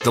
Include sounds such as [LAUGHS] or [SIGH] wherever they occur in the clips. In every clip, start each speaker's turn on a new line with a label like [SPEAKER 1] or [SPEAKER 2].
[SPEAKER 1] The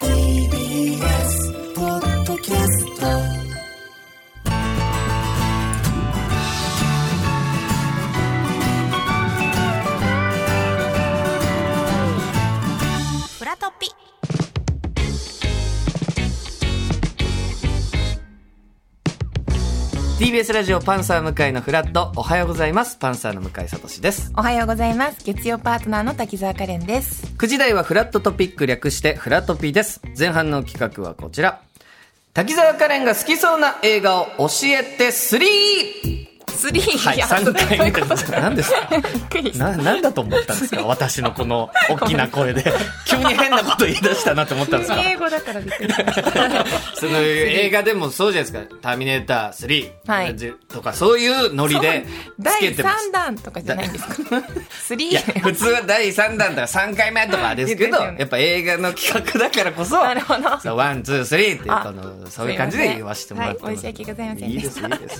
[SPEAKER 2] TBS ポッドキャストフラトピ
[SPEAKER 3] す TBS ラジオパンサー向井のフラットおはようございますパンサーの向井聡です
[SPEAKER 4] おはようございます。月曜パートナーの滝沢カレンです。
[SPEAKER 3] 9時台はフラットトピック略してフラトピーです前半の企画はこちら滝沢カレンが好きそうな映画を教えて 3!
[SPEAKER 4] スリー、
[SPEAKER 3] はい、3回目です。何です
[SPEAKER 4] [LAUGHS]
[SPEAKER 3] か
[SPEAKER 4] くりし
[SPEAKER 3] な、なんだと思ったんですか [LAUGHS] 私のこの大きな声で。 [LAUGHS] 急に変なこと言い出したなと思ったんですか
[SPEAKER 4] 英語だからびっくりしました。
[SPEAKER 3] その映画でもそうじゃないですか。ターミネーター3、
[SPEAKER 4] はい
[SPEAKER 3] とかそういうノリでつけ
[SPEAKER 4] 第
[SPEAKER 3] てま
[SPEAKER 4] 三
[SPEAKER 3] す。
[SPEAKER 4] 弾とかじゃないんですかスリ
[SPEAKER 3] いや、
[SPEAKER 4] ー。
[SPEAKER 3] 普通は第3弾とか3回目とかですけど、
[SPEAKER 4] 言ってたよね
[SPEAKER 3] やっぱ映画の企画だからこそ、
[SPEAKER 4] なるほど
[SPEAKER 3] そうワン、ツー、スリーっていう、
[SPEAKER 4] あ
[SPEAKER 3] この、そういう感じで言わせてもらってます。
[SPEAKER 4] はい申し訳ございません
[SPEAKER 3] いい
[SPEAKER 4] で
[SPEAKER 3] で
[SPEAKER 4] し
[SPEAKER 3] す、いいです。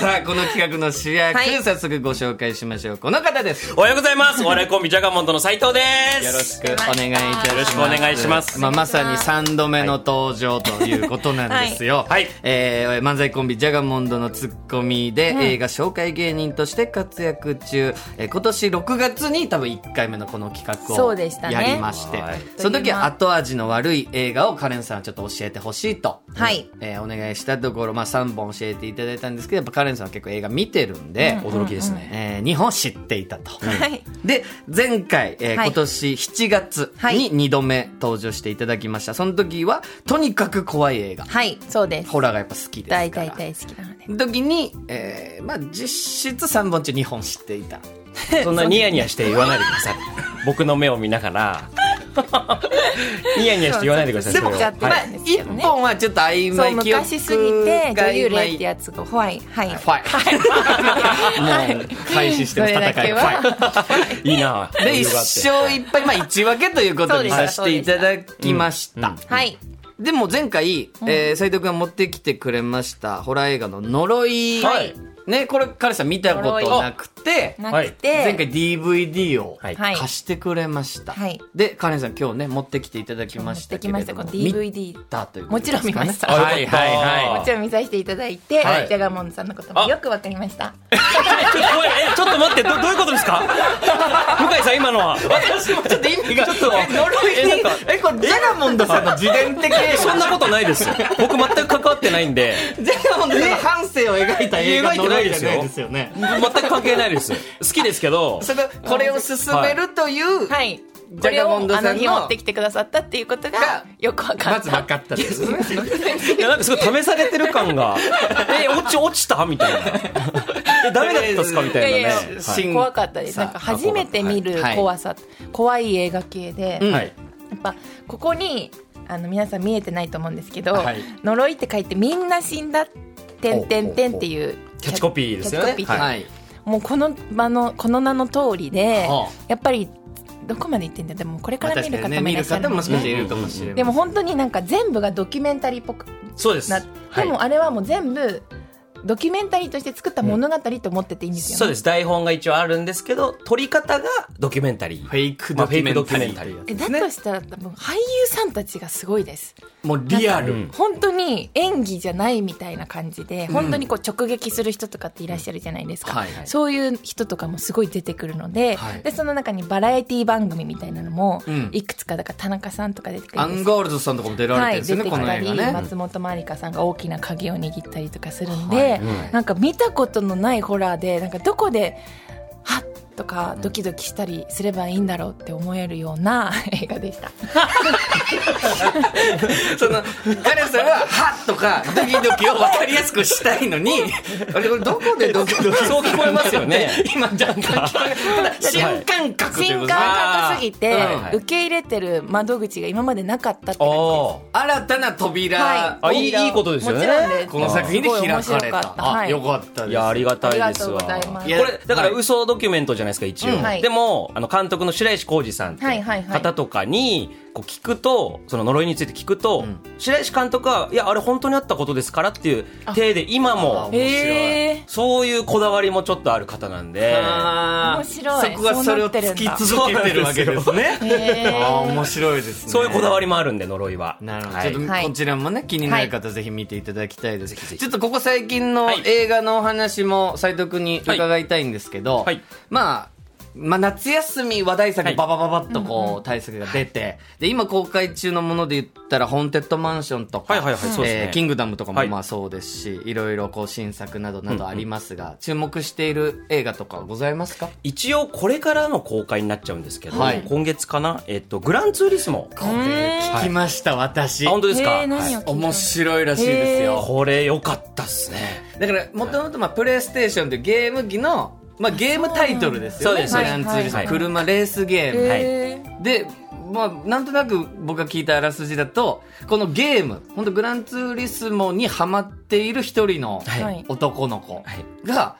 [SPEAKER 3] さあ、この企画の主役、
[SPEAKER 4] はい
[SPEAKER 3] 早速ご紹介しましょう。この方です。
[SPEAKER 5] おはようございます。お笑いコンビジャガモンドの斉藤です。
[SPEAKER 3] よろしくお願いいたします。
[SPEAKER 5] よろしくお願いします
[SPEAKER 3] まあ、まさに3度目の登場ということなんですよ。
[SPEAKER 5] はいはい
[SPEAKER 3] えー漫才コンビジャガモンドのツッコミで、映画紹介芸人として活躍中、えー今年6月に多分1回目のこの企画
[SPEAKER 4] そ
[SPEAKER 3] を
[SPEAKER 4] うでしたね
[SPEAKER 3] やりまして、
[SPEAKER 5] はい
[SPEAKER 3] その時は後味の悪い映画をカレンさんはちょっと教えてほしいと、
[SPEAKER 4] はい
[SPEAKER 3] えーお願いしたところ、まあ、3本教えていただいたんですけど、やっぱカレンさんは結構映画見てるんで、
[SPEAKER 5] 驚きですね。
[SPEAKER 3] え2本知っていたと。
[SPEAKER 4] はい。
[SPEAKER 3] で前回、えー
[SPEAKER 4] はい
[SPEAKER 3] 今年7月
[SPEAKER 4] はい
[SPEAKER 3] に2度目登場していただきました、その時はとにかく怖い映画
[SPEAKER 4] はい、そうです。
[SPEAKER 3] ホラーがやっぱ好きですから
[SPEAKER 4] 大体大好きなので。
[SPEAKER 3] 時に、えーまあ、実質3本中2本知っていた
[SPEAKER 5] そんなニヤニヤして言わないでください。 [LAUGHS] 僕の目を見なが [LAUGHS] ら、ニヤニヤして言わないでください。
[SPEAKER 4] でも
[SPEAKER 5] それを
[SPEAKER 4] やって
[SPEAKER 5] は
[SPEAKER 4] た
[SPEAKER 5] い
[SPEAKER 4] んですけど
[SPEAKER 3] 1
[SPEAKER 4] ね。
[SPEAKER 3] 本はちょっと曖
[SPEAKER 4] そう、
[SPEAKER 3] 昧記憶
[SPEAKER 4] 昔すぎて、
[SPEAKER 3] が
[SPEAKER 4] 女優
[SPEAKER 3] 曖
[SPEAKER 4] 霊って
[SPEAKER 3] 昧
[SPEAKER 4] やつが、ホワイ、はい。
[SPEAKER 3] ファイ [LAUGHS] もう開始してる
[SPEAKER 4] それだ
[SPEAKER 3] 戦い
[SPEAKER 4] け
[SPEAKER 3] フ
[SPEAKER 4] は
[SPEAKER 3] ァイ
[SPEAKER 5] いいなぁ。
[SPEAKER 3] で
[SPEAKER 5] 余裕
[SPEAKER 3] 一
[SPEAKER 5] があって
[SPEAKER 3] 生いっぱい、まあ、1分けということに
[SPEAKER 4] そうで
[SPEAKER 3] さ
[SPEAKER 4] した
[SPEAKER 3] せていただきました、
[SPEAKER 4] はい。
[SPEAKER 3] でも前回、えー斉藤君が持ってきてくれましたホラー映画の呪い、
[SPEAKER 5] はい
[SPEAKER 3] ねこれ彼さん見たことなくて
[SPEAKER 4] な
[SPEAKER 5] は
[SPEAKER 4] く
[SPEAKER 5] い
[SPEAKER 4] て、
[SPEAKER 3] 前回 DVD を
[SPEAKER 5] はい
[SPEAKER 4] はい
[SPEAKER 3] 貸してくれました、
[SPEAKER 4] はい
[SPEAKER 3] でカレンさん今日ね持ってきていただきま
[SPEAKER 4] 持
[SPEAKER 3] し
[SPEAKER 4] ったて
[SPEAKER 3] け
[SPEAKER 4] き
[SPEAKER 3] れど
[SPEAKER 4] ま
[SPEAKER 3] も
[SPEAKER 4] した、この
[SPEAKER 3] 見
[SPEAKER 4] DVD。
[SPEAKER 3] たというこ
[SPEAKER 4] も
[SPEAKER 3] とで
[SPEAKER 4] ち
[SPEAKER 3] す
[SPEAKER 4] ろ
[SPEAKER 3] かね
[SPEAKER 4] ん見ました。
[SPEAKER 5] あよ
[SPEAKER 4] も
[SPEAKER 5] かった
[SPEAKER 3] はいはいはい
[SPEAKER 4] ちろん見させていただいて、
[SPEAKER 3] はい
[SPEAKER 4] ジャガモンドさんのこともよくわかりました。
[SPEAKER 5] え、ちょっと待って、どどういうことですか向井さん、今のは。
[SPEAKER 3] 私もちょっと意味が呪いに
[SPEAKER 5] えなんか
[SPEAKER 3] えこれジャガモンドさんの自伝的映
[SPEAKER 5] そ
[SPEAKER 3] 画
[SPEAKER 5] んなことないですよ。僕全く関わってないんで、
[SPEAKER 3] ジャガモンドさんの半生を描いた映画
[SPEAKER 5] 描いて
[SPEAKER 3] 呪い
[SPEAKER 5] ないで
[SPEAKER 3] じ
[SPEAKER 5] す
[SPEAKER 3] ゃ
[SPEAKER 5] よ
[SPEAKER 3] ないですよね
[SPEAKER 5] 全く関係ないです。好きですけど、
[SPEAKER 3] それこれを進めるという、
[SPEAKER 4] はい。
[SPEAKER 3] ジ
[SPEAKER 4] こ
[SPEAKER 3] ャ
[SPEAKER 4] れ
[SPEAKER 3] ガモン
[SPEAKER 4] を
[SPEAKER 3] ド
[SPEAKER 4] あ
[SPEAKER 3] さ
[SPEAKER 4] の
[SPEAKER 3] ん
[SPEAKER 4] 日
[SPEAKER 3] の
[SPEAKER 4] 持ってきてくださったっていうこと
[SPEAKER 3] が
[SPEAKER 4] がよくわかった。
[SPEAKER 3] まず分かったですね
[SPEAKER 5] いや、なんかすごい試されてる
[SPEAKER 4] [LAUGHS]
[SPEAKER 5] 感が、え、落ち、落ちたみたいな。え、ダメだったっすかみた
[SPEAKER 4] いや
[SPEAKER 5] いなね
[SPEAKER 4] いや
[SPEAKER 5] はい。
[SPEAKER 3] 新
[SPEAKER 4] 怖かったです。
[SPEAKER 3] さあ
[SPEAKER 4] なんか初めて見る
[SPEAKER 3] はい
[SPEAKER 4] 怖さ、怖い映画系で、
[SPEAKER 3] うん
[SPEAKER 4] や
[SPEAKER 5] はい。
[SPEAKER 4] っぱここにあの皆さん見えてないと思うんですけど、
[SPEAKER 3] はい
[SPEAKER 4] 呪いって書いてみんな死んだ。てんてんてんっていう
[SPEAKER 5] キャッチコピーですよね
[SPEAKER 4] キャッチコピーって
[SPEAKER 3] はい
[SPEAKER 4] もうこの場のこの名の通りで、
[SPEAKER 3] は
[SPEAKER 4] やっぱりどこまで言ってんだよでもこれ
[SPEAKER 3] ま
[SPEAKER 4] か
[SPEAKER 3] あ
[SPEAKER 4] ら見
[SPEAKER 3] 確か
[SPEAKER 4] る
[SPEAKER 3] に
[SPEAKER 4] 方
[SPEAKER 3] ね
[SPEAKER 4] も
[SPEAKER 3] 見
[SPEAKER 4] いら
[SPEAKER 3] る
[SPEAKER 4] っしゃ
[SPEAKER 3] 方
[SPEAKER 4] る
[SPEAKER 3] も
[SPEAKER 4] も
[SPEAKER 3] し
[SPEAKER 4] し
[SPEAKER 3] か
[SPEAKER 4] れ
[SPEAKER 3] しているかもしれない
[SPEAKER 4] でも本当になんか全部がドキュメンタリーっぽく
[SPEAKER 5] そうです。
[SPEAKER 4] な、
[SPEAKER 5] はい
[SPEAKER 4] でもあれはもう全部ドキュメンタリーとして作った物語と思ってていいんですよね。
[SPEAKER 5] そうです。台本が一応あるんですけど、撮り方がドキュメンタリー。
[SPEAKER 3] フェイク
[SPEAKER 5] ま
[SPEAKER 3] ド
[SPEAKER 5] あフ
[SPEAKER 3] キュ
[SPEAKER 5] ェイ
[SPEAKER 3] メ
[SPEAKER 5] ク
[SPEAKER 3] ン
[SPEAKER 5] ドキュ
[SPEAKER 3] タ
[SPEAKER 5] メ
[SPEAKER 3] リ
[SPEAKER 5] ン
[SPEAKER 3] ー
[SPEAKER 5] タリー。
[SPEAKER 4] えだとしたら、もう俳優さんたちがすごいです
[SPEAKER 3] もうリアル、
[SPEAKER 5] うん
[SPEAKER 4] 本当に演技じゃないみたいな感じで、本当にこう直撃する人とかっていらっしゃるじゃないですか、
[SPEAKER 3] はいはい
[SPEAKER 4] そういう人とかもすごい出てくるので,、
[SPEAKER 3] はい
[SPEAKER 4] でその中にバラエティ番組みたいなのも
[SPEAKER 3] うん
[SPEAKER 4] いくつかだから田中さんとか出てくる
[SPEAKER 3] ア
[SPEAKER 4] んです
[SPEAKER 3] ン
[SPEAKER 4] よ
[SPEAKER 3] ガールズさんとかも出られて
[SPEAKER 4] は
[SPEAKER 3] るん
[SPEAKER 4] い、
[SPEAKER 3] です
[SPEAKER 4] 出
[SPEAKER 3] よね、
[SPEAKER 4] てき
[SPEAKER 3] この
[SPEAKER 4] た
[SPEAKER 3] 映
[SPEAKER 4] り、
[SPEAKER 3] 画ね
[SPEAKER 4] 松本まりかさんが大きな鍵を握ったりとかするんで、
[SPEAKER 3] はい
[SPEAKER 4] なんか見たことのないホラーでなんかどこではっとかドキドキ [LAUGHS] したりすればいいんだろうって思えるような映画でした。
[SPEAKER 3] そのカレンさんは「は」とかドキドキを分かりやすくしたいのにあれこれどこでドキドキ
[SPEAKER 5] そう聞こえますよね
[SPEAKER 3] 今若干聞こえただ新感覚という
[SPEAKER 4] 新
[SPEAKER 3] ことで
[SPEAKER 4] 感覚すぎて、
[SPEAKER 3] はいはい
[SPEAKER 4] 受け入れてる窓口が今までなかったって感じ
[SPEAKER 5] あ
[SPEAKER 3] 新たな扉、
[SPEAKER 4] はい
[SPEAKER 5] あいいいいことですよね
[SPEAKER 4] もちろんです
[SPEAKER 3] この作品で開かれた
[SPEAKER 4] すごい面白かった
[SPEAKER 3] あ
[SPEAKER 4] はい
[SPEAKER 3] よかった
[SPEAKER 5] あ
[SPEAKER 3] で
[SPEAKER 5] い
[SPEAKER 3] す
[SPEAKER 5] やありがたいですわ
[SPEAKER 4] ありがとうございます
[SPEAKER 5] これだから嘘ドキュメントじゃないですか一応、
[SPEAKER 4] うんはい
[SPEAKER 5] でもあの監督の白石浩二さんって
[SPEAKER 4] はいはいはい
[SPEAKER 5] 方とかにこう聞くとその呪いについて聞くと、
[SPEAKER 3] ん
[SPEAKER 5] 白石監督はいやあれ本当にあったことですからっていう体で今も
[SPEAKER 3] 面白い
[SPEAKER 4] え
[SPEAKER 5] そういうこだわりもちょっとある方なんで
[SPEAKER 3] あー
[SPEAKER 4] 面白い
[SPEAKER 3] そこがそれを突き続けてるわけですね
[SPEAKER 4] ー、え
[SPEAKER 3] ああ面白いですね
[SPEAKER 5] そういうこだわりもあるんで呪いは
[SPEAKER 3] なるほど、
[SPEAKER 5] はい
[SPEAKER 3] ちょっと
[SPEAKER 4] はい
[SPEAKER 3] こちらもね気になる方ぜひ見ていただきたいです、
[SPEAKER 5] ひぜひ
[SPEAKER 3] ちょっとここ最近の
[SPEAKER 5] はい
[SPEAKER 3] 映画のお話も斉藤君に伺いたいんですけど、
[SPEAKER 5] はいはい
[SPEAKER 3] まあまあ、夏休み話題
[SPEAKER 5] は
[SPEAKER 3] 作
[SPEAKER 5] い
[SPEAKER 3] ババババッとこう対策が出て、で今公開中のもので言ったら「ホーンテッドマンション」とか
[SPEAKER 5] はいはいはいそうですね
[SPEAKER 3] えーキングダム」とかも
[SPEAKER 5] はい
[SPEAKER 3] まあそうですし、い、ろいろこう新作などなどありますが、注目している映画とかございますか
[SPEAKER 5] 一応これからの公開になっちゃうんですけど、
[SPEAKER 3] はい
[SPEAKER 5] 今月かな、えっと、グランツーリスモあ
[SPEAKER 3] 聞きました私
[SPEAKER 5] 本当ですか、
[SPEAKER 4] えー何を聞いた
[SPEAKER 3] 面白いらしいですよ
[SPEAKER 5] これ良かったっすね
[SPEAKER 3] だからもともとまあプレイステーションというゲーム機の、まあ、ゲームタイトルですよね
[SPEAKER 5] そうで
[SPEAKER 3] グラ
[SPEAKER 5] す
[SPEAKER 3] ンツーリスモ
[SPEAKER 5] はい
[SPEAKER 3] 車レースゲーム、
[SPEAKER 4] えー
[SPEAKER 3] で、まあ、なんとなく僕が聞いたあらすじだとこのゲーム本当グランツーリスモにハマっている一人の
[SPEAKER 4] はい
[SPEAKER 3] 男の子
[SPEAKER 5] はい
[SPEAKER 3] が、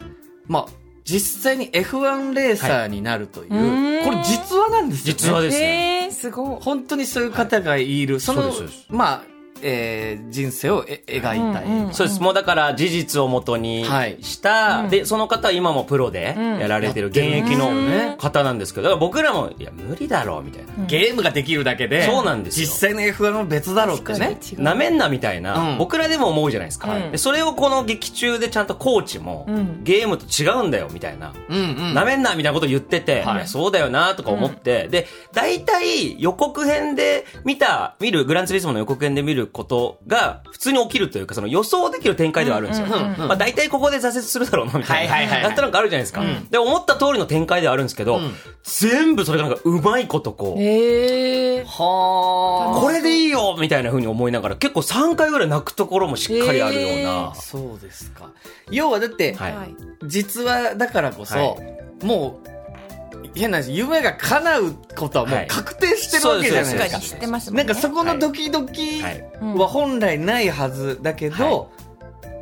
[SPEAKER 3] まあ、実際に F1 レーサーになるという、
[SPEAKER 4] はいうーん
[SPEAKER 3] これ実話なんですよね
[SPEAKER 5] 実話ですね、
[SPEAKER 4] えー、すごい
[SPEAKER 3] 本当にそういう方がいる、その
[SPEAKER 5] そうですそう
[SPEAKER 3] まあ、えー人生をえ描いた映画、
[SPEAKER 4] うんうん
[SPEAKER 5] そうですもうだから事実をもとに
[SPEAKER 3] はい
[SPEAKER 5] した、でその方は今もプロでやられてる現役の方なんですけどだから僕らもいや無理だろうみたいな
[SPEAKER 3] ゲームができるだけで、
[SPEAKER 5] そうなんですよ
[SPEAKER 3] 実際の F1 も別だろうってね。
[SPEAKER 4] 確かに違う
[SPEAKER 5] なめんなみたいな、
[SPEAKER 3] うん
[SPEAKER 5] 僕らでも思うじゃないですか、
[SPEAKER 4] うん
[SPEAKER 5] でそれをこの劇中でちゃんとコーチも、
[SPEAKER 4] ん
[SPEAKER 5] ゲームと違うんだよみたいな、
[SPEAKER 3] うんうん。
[SPEAKER 5] なめんなみたいなこと言ってて、
[SPEAKER 3] はい
[SPEAKER 5] いやそうだよなとか思って、で、大体予告編で見た、見る、グランツーリスモの予告編で見ることが普通に起きるというか、その予想できる展開ではあるんですよ。
[SPEAKER 3] うんうん
[SPEAKER 5] まあ大体ここで挫折するだろうなみたいな。
[SPEAKER 3] はいはいはいはい
[SPEAKER 5] なんとなくあるじゃないですか、で、思った通りの展開ではあるんですけど、
[SPEAKER 3] ん
[SPEAKER 5] 全部それがなんかうまいことこう、
[SPEAKER 4] えー、
[SPEAKER 3] は
[SPEAKER 5] これでいいよみたいな風に思いながら、結構3回ぐらい泣くところもしっかりあるような
[SPEAKER 3] あ。。そうですか。要はだって、
[SPEAKER 5] はい
[SPEAKER 4] はい
[SPEAKER 3] 実はだからこそ、
[SPEAKER 5] は
[SPEAKER 3] もう、変な話、夢が叶うことはも
[SPEAKER 5] は
[SPEAKER 3] う
[SPEAKER 5] い
[SPEAKER 3] 確定してるわけじゃない
[SPEAKER 5] そう
[SPEAKER 3] で
[SPEAKER 5] です
[SPEAKER 3] す
[SPEAKER 5] そ
[SPEAKER 3] か
[SPEAKER 4] 知
[SPEAKER 5] う。
[SPEAKER 4] ってますもん
[SPEAKER 3] な
[SPEAKER 4] ね
[SPEAKER 3] んかそこのドキドキ
[SPEAKER 5] はい
[SPEAKER 3] は本来ないはずだけど、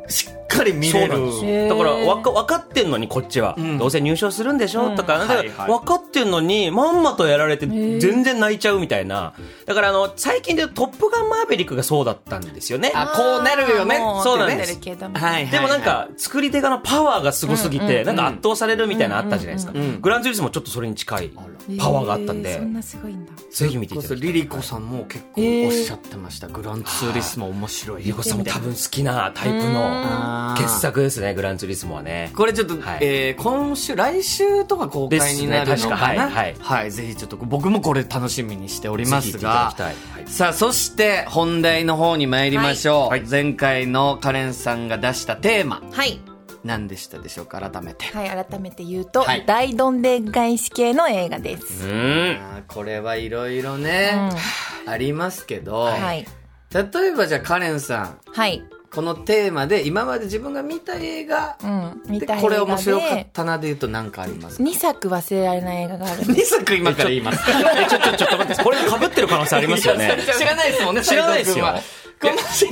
[SPEAKER 3] しっかり見
[SPEAKER 5] そう
[SPEAKER 3] れ
[SPEAKER 5] な
[SPEAKER 3] る
[SPEAKER 5] ん。です
[SPEAKER 4] へ
[SPEAKER 5] よ
[SPEAKER 4] ー
[SPEAKER 5] だから分か分かってんのにこっちは、
[SPEAKER 3] うん
[SPEAKER 5] どうせ入賞するんでしょ、とかだから
[SPEAKER 3] はいはい
[SPEAKER 5] 分かってんのにまんまとやられて
[SPEAKER 4] ー
[SPEAKER 5] 全然泣いちゃうみたいなだからあの最近で言うと「トップガンマーヴェリック」がそうだったんですよね
[SPEAKER 3] あこうなるよね
[SPEAKER 4] あーも
[SPEAKER 5] そうなん
[SPEAKER 4] 出
[SPEAKER 5] で
[SPEAKER 4] て
[SPEAKER 5] す
[SPEAKER 4] るけど
[SPEAKER 3] はい
[SPEAKER 5] でもなんか作り手側のパワーがすごすぎてなんか圧倒されるみたいなのあったじゃないですか
[SPEAKER 3] うんうんうん
[SPEAKER 5] グランツーリスもちょっとそれに近い
[SPEAKER 3] あ
[SPEAKER 5] パワーがあったん
[SPEAKER 4] えー
[SPEAKER 5] で
[SPEAKER 4] そんなすごいんだ
[SPEAKER 5] ぜひ見てい
[SPEAKER 3] こ
[SPEAKER 5] た
[SPEAKER 3] そ
[SPEAKER 5] だきたい
[SPEAKER 3] リリコさんも結構おっしゃってました、グランツーリスモ面白い
[SPEAKER 5] リリコさんも多分好きなタイプの
[SPEAKER 3] あー
[SPEAKER 5] 傑作ですねグランツーリスモはね
[SPEAKER 3] これちょっと、
[SPEAKER 5] はい
[SPEAKER 3] えー今週来週とか公開になるのかな、
[SPEAKER 5] ですね確かはいはい
[SPEAKER 3] ぜひちょっと僕もこれ楽しみにしておりま
[SPEAKER 5] ぜひ
[SPEAKER 3] す
[SPEAKER 5] 見ていただ
[SPEAKER 3] が
[SPEAKER 5] きたいはい
[SPEAKER 3] さあそして本題の方に参りましょう、
[SPEAKER 5] はいはい
[SPEAKER 3] 前回のカレンさんが出したテーマ
[SPEAKER 4] はい
[SPEAKER 3] 何でしたでしょうか改めて、
[SPEAKER 4] はい改めて言うと、
[SPEAKER 3] はい
[SPEAKER 4] 大どんでん返し系の映画です、
[SPEAKER 5] うん
[SPEAKER 3] あーこれはいろいろね、ありますけど、
[SPEAKER 4] はい
[SPEAKER 3] 例えばじゃあカレンさん
[SPEAKER 4] はい
[SPEAKER 3] このテーマで今まで自分が見た映画、
[SPEAKER 4] うん見
[SPEAKER 3] で
[SPEAKER 4] た映画で
[SPEAKER 3] これ面白かったなで言うと何かあり [LAUGHS] ますか
[SPEAKER 4] 2作忘れられない映画があるんで
[SPEAKER 3] 2作今から言います。
[SPEAKER 5] えちょちょちょっと待ってこれ被ってる可能性ありますよね
[SPEAKER 3] [LAUGHS] 知らないですもんね、
[SPEAKER 5] 知らないですよ
[SPEAKER 3] 斉藤君は。この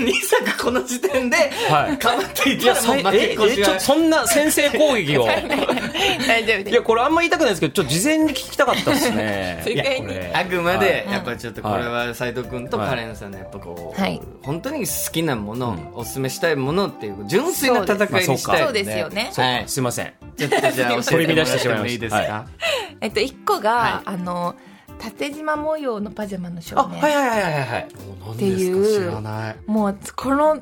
[SPEAKER 3] 2作この時点で、
[SPEAKER 5] はい
[SPEAKER 3] かぶってい
[SPEAKER 5] いや、
[SPEAKER 3] たら
[SPEAKER 5] そ
[SPEAKER 3] もう
[SPEAKER 5] え
[SPEAKER 3] 負け越
[SPEAKER 5] え
[SPEAKER 3] し
[SPEAKER 5] ちょ
[SPEAKER 3] は
[SPEAKER 5] そんな先制攻撃 [LAUGHS] を。い
[SPEAKER 4] [LAUGHS] 大丈夫です
[SPEAKER 5] や、これあんま言いたくないですけど、ちょっと事前に聞きたかったですね。
[SPEAKER 4] 正解に
[SPEAKER 5] [LAUGHS] いやこれ
[SPEAKER 3] あくま
[SPEAKER 5] は
[SPEAKER 3] で
[SPEAKER 5] い、
[SPEAKER 3] やっぱちょっとこれは斉藤君とカレンさんのやっぱこう、
[SPEAKER 4] はい
[SPEAKER 3] 本当に好きなもの、おすすめしたいものっていう、純粋な戦いにしたい。
[SPEAKER 4] そうですよね
[SPEAKER 5] そう
[SPEAKER 3] はい
[SPEAKER 5] すいません。
[SPEAKER 3] ちょっとじゃあ教え
[SPEAKER 5] 取
[SPEAKER 3] て
[SPEAKER 5] り
[SPEAKER 3] もら
[SPEAKER 5] 乱
[SPEAKER 3] っ
[SPEAKER 5] してしてまいました
[SPEAKER 3] もいいですか
[SPEAKER 4] えっと1個が、
[SPEAKER 3] はい
[SPEAKER 4] あの縦縞模様のパジャマの少
[SPEAKER 5] あ、
[SPEAKER 4] 年、
[SPEAKER 5] はいはいはいはいはい。
[SPEAKER 3] 何
[SPEAKER 4] ていう
[SPEAKER 3] 知らない。
[SPEAKER 4] もうこの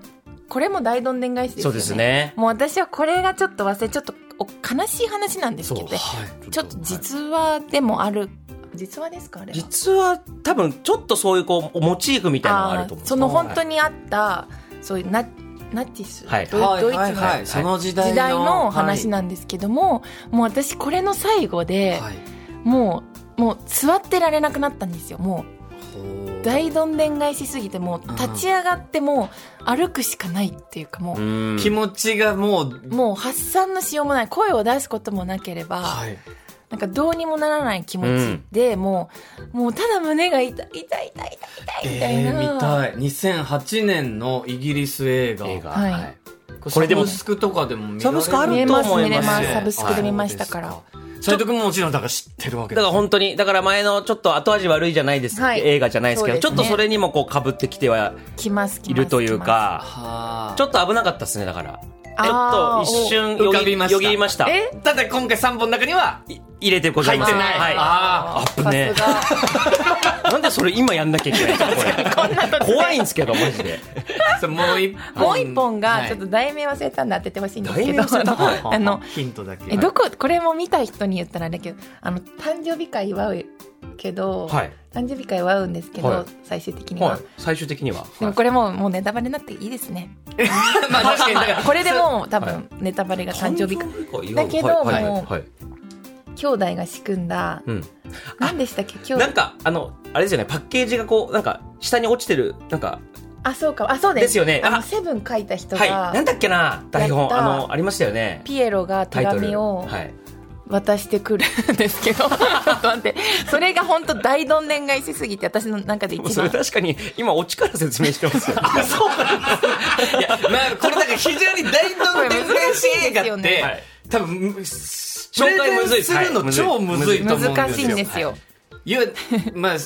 [SPEAKER 4] これも大どんでん返しです
[SPEAKER 5] そ
[SPEAKER 4] よ
[SPEAKER 5] う
[SPEAKER 4] ね
[SPEAKER 5] ですね。
[SPEAKER 4] もう私はこれがちょっと忘れちょっとお悲しい話なんですけど、
[SPEAKER 3] はい
[SPEAKER 4] ちょっと実話でもある実話ですかあれは
[SPEAKER 5] 実は多分ちょっとそういうこうモチーフみたいなのがあると思
[SPEAKER 4] あ
[SPEAKER 5] う
[SPEAKER 4] ーその本当にあったそういうナナチス、
[SPEAKER 5] はい
[SPEAKER 4] ドイド
[SPEAKER 3] は
[SPEAKER 4] イツの
[SPEAKER 3] いはいはいその時代の
[SPEAKER 4] 時代の話なんですけども、もう私これの最後で、
[SPEAKER 3] はい
[SPEAKER 4] もうもう座ってられなくなったんですよもう
[SPEAKER 3] ほう
[SPEAKER 4] 大どんでん返しすぎてもう立ち上がってもう歩くしかないっていうかもう、
[SPEAKER 5] うん
[SPEAKER 3] 気持ちがもう、
[SPEAKER 4] もう発散のしようもない声を出すこともなければ、
[SPEAKER 3] はい。
[SPEAKER 4] なんかどうにもならない気持ちで、もうもうただ胸が痛い痛い痛い痛い痛いみたい
[SPEAKER 3] え
[SPEAKER 4] な、
[SPEAKER 3] ー、見たい。2008年のイギリス映画。
[SPEAKER 5] 映画。
[SPEAKER 4] はい
[SPEAKER 5] はい
[SPEAKER 3] こ
[SPEAKER 5] こ
[SPEAKER 3] れ
[SPEAKER 5] れ
[SPEAKER 3] で
[SPEAKER 5] で
[SPEAKER 3] も。
[SPEAKER 5] も
[SPEAKER 3] サブスクとかでも見られる
[SPEAKER 5] サブスクある
[SPEAKER 4] 見れ
[SPEAKER 5] と
[SPEAKER 4] ます
[SPEAKER 5] 思い
[SPEAKER 4] 見れ
[SPEAKER 5] ま
[SPEAKER 4] ます
[SPEAKER 5] す
[SPEAKER 4] サブスクで見ましたから、
[SPEAKER 3] 斉藤君ももちろんだから知ってるわけ
[SPEAKER 5] だ
[SPEAKER 3] で
[SPEAKER 5] か
[SPEAKER 3] す
[SPEAKER 5] ら本当に、だから前のちょっと後味悪いじゃないです、
[SPEAKER 4] はい
[SPEAKER 5] 映画じゃないですけ
[SPEAKER 4] そ
[SPEAKER 5] ど、
[SPEAKER 4] うで
[SPEAKER 5] ち
[SPEAKER 4] す
[SPEAKER 5] ょっ
[SPEAKER 4] ね
[SPEAKER 5] とそれにもこう被ってきては
[SPEAKER 4] 来ます来ます
[SPEAKER 5] いるというか、
[SPEAKER 3] はあ
[SPEAKER 5] ちょっと危なかったですね、だから。ちょ
[SPEAKER 4] あー
[SPEAKER 5] っと一瞬
[SPEAKER 3] お
[SPEAKER 5] よ
[SPEAKER 3] 浮かび
[SPEAKER 5] ぎ
[SPEAKER 3] ました
[SPEAKER 5] よぎりました。
[SPEAKER 4] え
[SPEAKER 3] ただ今回3本の中にはい
[SPEAKER 5] 入れてございません。
[SPEAKER 3] 入ってない
[SPEAKER 5] は
[SPEAKER 3] あ
[SPEAKER 5] あぶねえ
[SPEAKER 4] さすが
[SPEAKER 5] い。なんでそれ今やんなきゃいけない
[SPEAKER 4] [LAUGHS]
[SPEAKER 5] んですか、これ。怖いんですけど、マジで。
[SPEAKER 3] [LAUGHS] そうもう一本
[SPEAKER 4] もう一本が
[SPEAKER 3] はい
[SPEAKER 4] ちょっと題名忘れたんで当ててほしいんですけ
[SPEAKER 5] 題
[SPEAKER 4] ど、
[SPEAKER 5] 名忘れたはい
[SPEAKER 4] あの
[SPEAKER 3] ヒントだけ
[SPEAKER 4] えどここれも見た人に言ったらあれだけどあの誕生日会祝うけど、
[SPEAKER 5] はい。
[SPEAKER 4] 誕生日会祝うんですけど、
[SPEAKER 5] はい
[SPEAKER 4] 最終的には、
[SPEAKER 5] はい。最終的には。
[SPEAKER 4] でもこれもうもうネタバレになっていいですね
[SPEAKER 3] まあ確かにだから
[SPEAKER 4] これでもう多
[SPEAKER 5] は
[SPEAKER 4] 分ネタバレが誕生日会
[SPEAKER 5] 日
[SPEAKER 4] だけど
[SPEAKER 5] はいはい
[SPEAKER 4] もう
[SPEAKER 5] はい。
[SPEAKER 4] 兄弟が仕組んだ
[SPEAKER 5] うん。
[SPEAKER 4] 何でしたっけ兄
[SPEAKER 5] なん
[SPEAKER 4] 弟
[SPEAKER 5] か、あの、あれですよね、パッケージがこう、なんか、下に落ちてる、なんか、
[SPEAKER 4] あそうかあそうです
[SPEAKER 5] ですよね
[SPEAKER 4] あの
[SPEAKER 5] あ
[SPEAKER 4] セブン書いた人
[SPEAKER 5] はい。
[SPEAKER 4] が、
[SPEAKER 5] なんだっけな、台
[SPEAKER 4] やっ
[SPEAKER 5] 本。あ
[SPEAKER 4] た
[SPEAKER 5] の、ありましたよね。
[SPEAKER 4] ピエロが
[SPEAKER 5] タ
[SPEAKER 4] 手
[SPEAKER 5] イトル。
[SPEAKER 4] 紙を
[SPEAKER 5] はい。
[SPEAKER 4] 渡してくるんですけ
[SPEAKER 5] [LAUGHS]
[SPEAKER 4] どちょっと待ってそれが本当大どんでん返しすぎて私の中で
[SPEAKER 5] でも
[SPEAKER 4] 一
[SPEAKER 5] [LAUGHS] それ
[SPEAKER 4] 番
[SPEAKER 5] 確かに、今、オチから説明してますよ。あ、そうなんですいや、
[SPEAKER 3] まあこれだから非常に大どんでん返し映画
[SPEAKER 4] これ
[SPEAKER 3] っ
[SPEAKER 4] 難しいですよ
[SPEAKER 3] て、
[SPEAKER 4] ね
[SPEAKER 5] はい
[SPEAKER 3] 多分紹
[SPEAKER 5] 介むずいです
[SPEAKER 3] するの超むずいと思うんですよ
[SPEAKER 4] 難しいんですよ、
[SPEAKER 3] いやまあ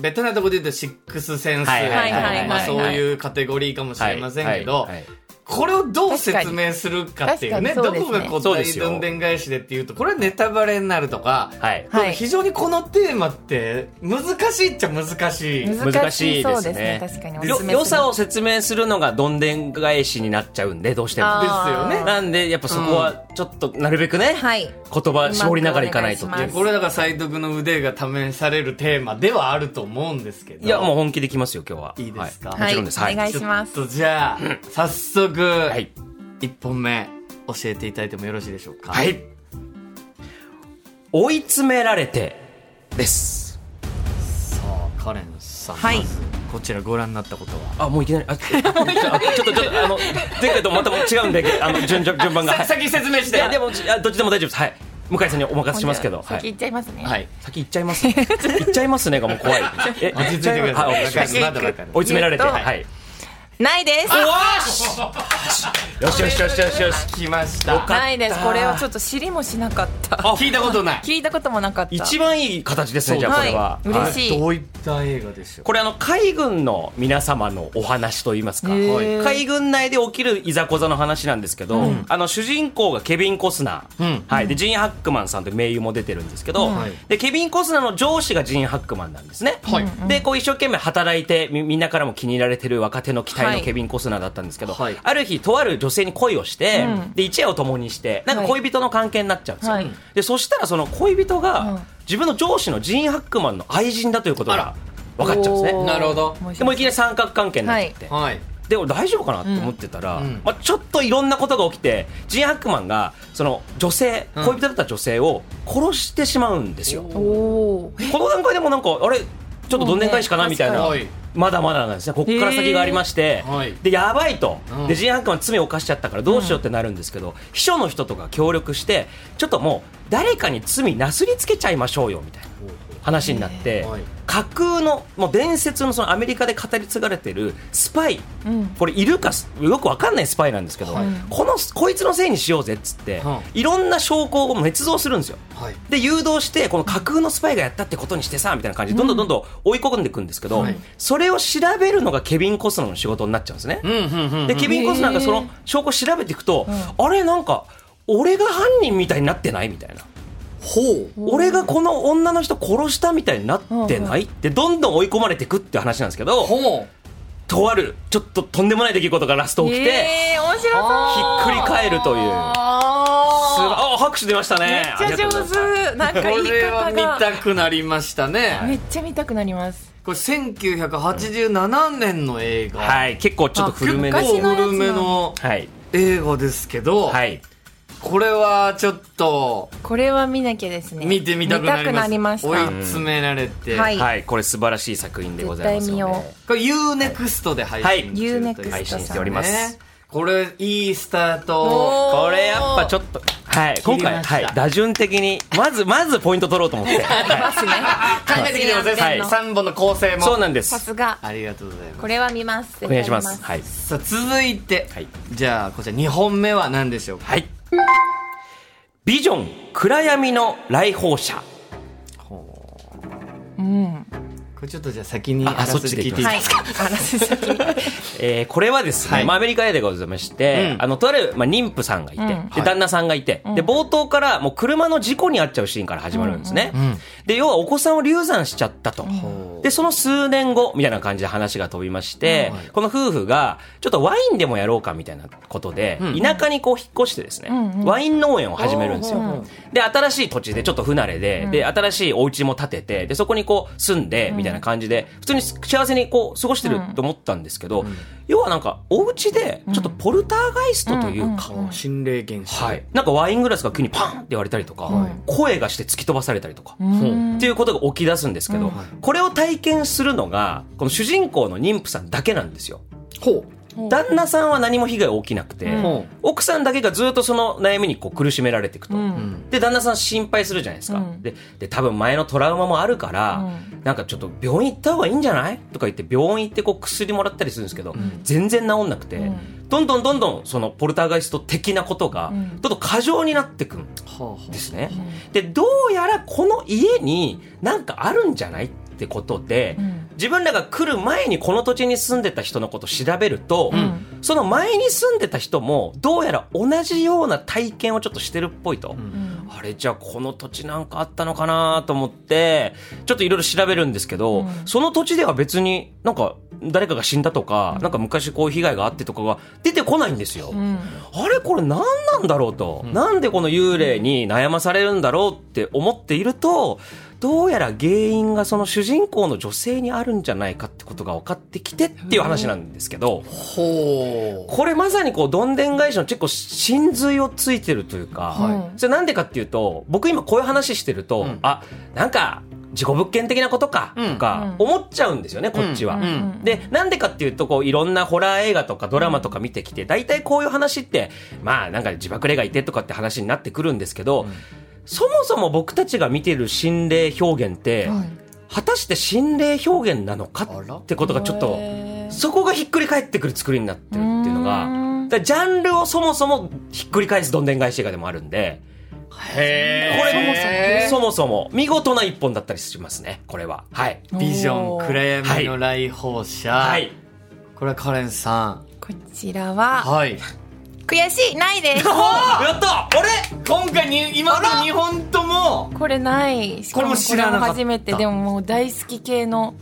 [SPEAKER 3] ベタなところで言うとシックスセンス
[SPEAKER 5] はいはい
[SPEAKER 4] はいはい
[SPEAKER 3] まあそういうカテゴリーかもしれませんけど、
[SPEAKER 5] はいはいはい
[SPEAKER 3] これをどう説明するかっていうね
[SPEAKER 4] 確かに
[SPEAKER 3] どこがこう
[SPEAKER 5] そう
[SPEAKER 3] 大
[SPEAKER 5] ですね
[SPEAKER 3] どんでん返しでっていうとこれはネタバレになるとか、
[SPEAKER 5] はい。
[SPEAKER 4] はい
[SPEAKER 3] 非常にこのテーマって難しいっちゃ難しい。
[SPEAKER 4] 難しいそうですね
[SPEAKER 5] 難
[SPEAKER 4] 確かにお
[SPEAKER 5] よ
[SPEAKER 4] すすめする
[SPEAKER 5] 良さを説明するのがどんでん返しになっちゃうんで、どうしても。
[SPEAKER 4] あー
[SPEAKER 3] ですよね
[SPEAKER 5] なんで、やっぱそこは、ちょっと、なるべくね、
[SPEAKER 4] はい
[SPEAKER 5] 言葉絞りながらいかないと。
[SPEAKER 4] うまくお願いします
[SPEAKER 3] これだから斎藤君の腕が試されるテーマではあると思うんですけど
[SPEAKER 5] いや、もう本気できますよ、今日は。
[SPEAKER 3] いいですか
[SPEAKER 5] は
[SPEAKER 3] も
[SPEAKER 5] もちろんです。
[SPEAKER 4] はい、お願い
[SPEAKER 3] ち
[SPEAKER 4] し
[SPEAKER 3] ょ
[SPEAKER 4] ま
[SPEAKER 3] っ
[SPEAKER 4] す
[SPEAKER 3] とじゃあ早速、
[SPEAKER 5] はい。
[SPEAKER 3] 一本目教えていただいてもよろしいでしょうか
[SPEAKER 5] はい。追い詰められて、です。
[SPEAKER 3] さあカレンさん、
[SPEAKER 4] はい
[SPEAKER 3] まずこちらご覧になったことは
[SPEAKER 5] あ、もういきなり、あ、ちょっと、あちょっと、ちょっと、あの、前回とまた違うんで、あの、順順順番が。はい
[SPEAKER 3] 先説明し
[SPEAKER 5] いや、でも、あどっちでも大丈夫です。はい。向井さんにお任せしますけど。は
[SPEAKER 4] 先行
[SPEAKER 5] い。
[SPEAKER 4] っちゃいますね、
[SPEAKER 3] はい
[SPEAKER 5] 先行っちゃいます。行っちゃいますねがもう怖い。え
[SPEAKER 3] 落ち着いてくだ
[SPEAKER 5] は
[SPEAKER 3] さい
[SPEAKER 5] お願いしま
[SPEAKER 3] 中
[SPEAKER 5] す
[SPEAKER 3] 居君まだわかる
[SPEAKER 5] 追い詰められて、
[SPEAKER 4] 言う
[SPEAKER 5] は
[SPEAKER 4] と
[SPEAKER 5] い。
[SPEAKER 4] ないです
[SPEAKER 5] よしよしよしよしよし。
[SPEAKER 3] 来ました
[SPEAKER 5] かった
[SPEAKER 4] ないですこれはちょっと知りもしなかった
[SPEAKER 5] あ
[SPEAKER 3] 聞いたことない
[SPEAKER 4] 聞いたこともなかった
[SPEAKER 5] 一番いい形ですね、じゃあこれは。
[SPEAKER 4] い嬉しい、
[SPEAKER 3] どういった映画でしょう
[SPEAKER 5] これあの海軍の皆様のお話といいますか、
[SPEAKER 4] へー
[SPEAKER 5] 海軍内で起きるいざこざの話なんですけど、あの主人公がケビン・コスナー、
[SPEAKER 3] うん
[SPEAKER 5] はい、でジン・ハックマンさんという名優も出てるんですけど、
[SPEAKER 3] はい
[SPEAKER 5] でケビン・コスナーの上司がジン・ハックマンなんですね、
[SPEAKER 3] はい
[SPEAKER 5] でこう一生懸命働いてみみんなからも気に入られてる若手の期待のケビン・コスナーだったんですけど、
[SPEAKER 3] はい
[SPEAKER 5] ある日とある女性に恋をして、で一夜を共にしてなんか恋人の関係になっちゃうんですよ、
[SPEAKER 4] はい
[SPEAKER 5] でそしたらその恋人が、
[SPEAKER 4] うん
[SPEAKER 5] 自分の上司のジン・ハックマンの愛人だということ
[SPEAKER 3] あ
[SPEAKER 5] が
[SPEAKER 3] ら
[SPEAKER 5] 分かっちゃうんですね
[SPEAKER 4] おー
[SPEAKER 3] なるほど
[SPEAKER 4] 面白
[SPEAKER 5] でもういきなり三角関係になっちゃって、
[SPEAKER 3] はい
[SPEAKER 5] でも大丈夫かなと思ってたら、
[SPEAKER 3] うんうん
[SPEAKER 5] まあ、ちょっといろんなことが起きてジン・ハックマンがその女性
[SPEAKER 3] うん
[SPEAKER 5] 恋人だった女性を殺してしまうんですよ、
[SPEAKER 4] おおー
[SPEAKER 5] この段階でもなんかあれちょっとどんでん返しかな
[SPEAKER 4] そうね
[SPEAKER 5] みたいな、
[SPEAKER 3] はい
[SPEAKER 5] まだまだなんですねここから先がありまして、
[SPEAKER 3] へーはい
[SPEAKER 5] でやばいと、
[SPEAKER 3] うん
[SPEAKER 5] でジン・ハックマン罪を犯しちゃったからどうしようってなるんですけど、秘書の人とか協力してちょっともう誰かに罪なすりつけちゃいましょうよみたいな話になって、
[SPEAKER 3] へーはい
[SPEAKER 5] 架空のもう伝説のそのアメリカで語り継がれてるスパイ
[SPEAKER 4] うん
[SPEAKER 5] これいるかすよくわかんないスパイなんですけど、
[SPEAKER 3] はい
[SPEAKER 5] このこいつのせいにしようぜっつって、
[SPEAKER 3] うん
[SPEAKER 5] いろんな証拠をもう捏造するんですよ。
[SPEAKER 3] はい
[SPEAKER 5] で誘導してこの架空のスパイがやったってことにしてさみたいな感じでどんどんどんどん追い込んでいくんですけど、
[SPEAKER 3] はい
[SPEAKER 5] それを調べるのがケビン・コスナーの仕事になっちゃうんですね。
[SPEAKER 3] うんうんうん
[SPEAKER 5] でケビン・コスナーがその証拠を調べていくと、あれなんか俺が犯人みたいになってないみたいな。
[SPEAKER 3] ほう
[SPEAKER 5] 俺がこの女の人殺したみたいになってないってどんどん追い込まれていくっていう話なんですけど
[SPEAKER 3] ほう
[SPEAKER 5] とあるちょっととんでもない出来事がラスト起きて、
[SPEAKER 4] えー、面白そう
[SPEAKER 5] ひっくり返るという。すごい
[SPEAKER 4] あ
[SPEAKER 5] あ拍手出ました
[SPEAKER 4] ーめ
[SPEAKER 5] ね。
[SPEAKER 4] っちゃ上
[SPEAKER 5] ありがとうございます
[SPEAKER 4] 手なん
[SPEAKER 3] こ
[SPEAKER 4] か言い
[SPEAKER 3] れは
[SPEAKER 4] 方
[SPEAKER 3] 見
[SPEAKER 4] が
[SPEAKER 3] たくなりました
[SPEAKER 4] め
[SPEAKER 3] ね
[SPEAKER 4] っちゃ見たくなります
[SPEAKER 3] これ1987年の映画
[SPEAKER 5] はい、結構ちょっと古めの。
[SPEAKER 4] あ
[SPEAKER 3] 結構
[SPEAKER 4] 昔のやつな
[SPEAKER 3] 古めの
[SPEAKER 5] はい。
[SPEAKER 3] 映画ですけど、
[SPEAKER 5] はい。
[SPEAKER 3] これはちょっと
[SPEAKER 4] これは見なきゃですね
[SPEAKER 3] 見てみたくなります
[SPEAKER 4] ました
[SPEAKER 3] 追い詰められて、
[SPEAKER 4] はい
[SPEAKER 5] はい、これ素晴らしい作品でご
[SPEAKER 4] 絶
[SPEAKER 5] ざ
[SPEAKER 4] 対
[SPEAKER 5] いますの
[SPEAKER 4] 見
[SPEAKER 5] で。
[SPEAKER 4] よ
[SPEAKER 3] これ UNEXT で配信中ということで、
[SPEAKER 4] はい
[SPEAKER 5] 配信しております
[SPEAKER 3] ねこれいいスタート
[SPEAKER 4] おー
[SPEAKER 5] これやっぱちょっと、はい、
[SPEAKER 3] 切
[SPEAKER 5] 今
[SPEAKER 3] り
[SPEAKER 5] 回、
[SPEAKER 3] ました
[SPEAKER 5] はい、打順的に、まず、まずポイント取ろうと思って。
[SPEAKER 3] 考えてきてください、
[SPEAKER 5] はい
[SPEAKER 3] 3本の構成も
[SPEAKER 5] そうなんで
[SPEAKER 4] さ
[SPEAKER 5] す。
[SPEAKER 4] すが
[SPEAKER 3] ありがとうございます
[SPEAKER 4] これは見ます
[SPEAKER 5] お願いしま
[SPEAKER 4] 絶
[SPEAKER 5] す。
[SPEAKER 4] 対
[SPEAKER 5] はい。
[SPEAKER 3] さあ続いて、
[SPEAKER 5] はい
[SPEAKER 3] じゃあこちら2本目は何でしょうか
[SPEAKER 5] はい。ビジョン、暗闇の来訪者。
[SPEAKER 3] これちょっとじゃあ先に
[SPEAKER 5] あ
[SPEAKER 3] あらすじ聞いていい
[SPEAKER 4] 見
[SPEAKER 5] そ
[SPEAKER 3] で
[SPEAKER 5] っ
[SPEAKER 4] ますすはいあらすじ先に
[SPEAKER 5] えーこれはですね、
[SPEAKER 3] はい
[SPEAKER 5] まあ、アメリカ映画でございまして、
[SPEAKER 3] うん
[SPEAKER 5] あの、とある、まあ、妊婦さんがいて、で、旦那さんがいて、で、冒頭から、もう車の事故に遭っちゃうシーンから始まるんですね。で、要はお子さんを流産しちゃったと。
[SPEAKER 3] ん
[SPEAKER 5] で、その数年後、みたいな感じで話が飛びまして、
[SPEAKER 3] はい
[SPEAKER 5] この夫婦が、ちょっとワインでもやろうか、みたいなことで、田舎にこう引っ越してですね、ワイン農園を始めるんですよ。で、新しい土地でちょっと不慣れで、で、新しいお家も建てて、で、そこにこう住んで、みたいな感じで、普通に幸せにこう過ごしてると思ったんですけど、要はなんか、お家で、ちょっとポルターガイストというか、
[SPEAKER 3] か心霊現象、
[SPEAKER 5] はい。なんかワイングラスが急にパンって割れたりとか、声がして突き飛ばされたりとか、っていうことが起き出すんですけど、これを体験するのが、この主人公の妊婦さんだけなんですよ。
[SPEAKER 3] ほ
[SPEAKER 5] 旦那さんは何も被害起きなくて、
[SPEAKER 3] うほ
[SPEAKER 5] 奥さんだけがずっとその悩みにこう苦しめられていくと、で旦那さん心配するじゃないですか、でで多分前のトラウマもあるから、なんかちょっと病院行った方がいいんじゃないとか言って病院行ってこう薬もらったりするんですけど、全然治んなくて、どんどんどんどんそのポルターガイスト的なことが、どんどん過剰になってくん
[SPEAKER 3] うはあは
[SPEAKER 5] ですね、でどうやらこの家になんかあるんじゃないってことで、自分らが来る前にこの土地に住んでた人のことを調べると、その前に住んでた人もどうやら同じような体験をちょっとしてるっぽいと、あれじゃあこの土地なんかあったのかなと思ってちょっといろいろ調べるんですけど、その土地では別になんか誰かが死んだとか、なんか昔こういう被害があってとかが出てこないんですよ。あれこれ何なんだろうと、なんでこの幽霊に悩まされるんだろうって思っていると、どうやら原因がその主人公の女性にあるんじゃないかってことが分かってきてっていう話なんですけど、
[SPEAKER 3] あほ
[SPEAKER 5] これまさにこう、どんでん返しの結構真髄をついてるというか、それなんでかっていうと、僕今こういう話してると、
[SPEAKER 3] ん
[SPEAKER 5] あ、なんか、事故物件的なことか、
[SPEAKER 3] うん
[SPEAKER 5] とか、思っちゃうんですよね、こっちは。
[SPEAKER 3] うんうん
[SPEAKER 5] で、なんでかっていうと、こう、いろんなホラー映画とかドラマとか見てきて、大体こういう話って、まあ、なんか自爆霊がいてとかって話になってくるんですけど、そもそも僕たちが見てる心霊表現って、果たして心霊表現なのか
[SPEAKER 3] あら
[SPEAKER 5] ってことがちょっと、
[SPEAKER 4] へ
[SPEAKER 5] そこがひっくり返ってくる作りになってるっていうのが
[SPEAKER 4] うー、ん
[SPEAKER 5] だからジャンルをそもそもひっくり返すどんでん返し映画でもあるんで、
[SPEAKER 3] うへ
[SPEAKER 5] こ
[SPEAKER 3] え
[SPEAKER 5] れ、そもそも、見事な一本だったりしますね、これは。はい。
[SPEAKER 3] ビジョン暗闇の来訪者、
[SPEAKER 5] はい。
[SPEAKER 3] これはカレンさん
[SPEAKER 4] こちらは
[SPEAKER 3] はい
[SPEAKER 4] 悔しいないです
[SPEAKER 5] おーやった俺
[SPEAKER 3] 今回に今の2本とも
[SPEAKER 4] これないしか
[SPEAKER 3] これも知らなかった
[SPEAKER 4] これも初めてでももう大好き系の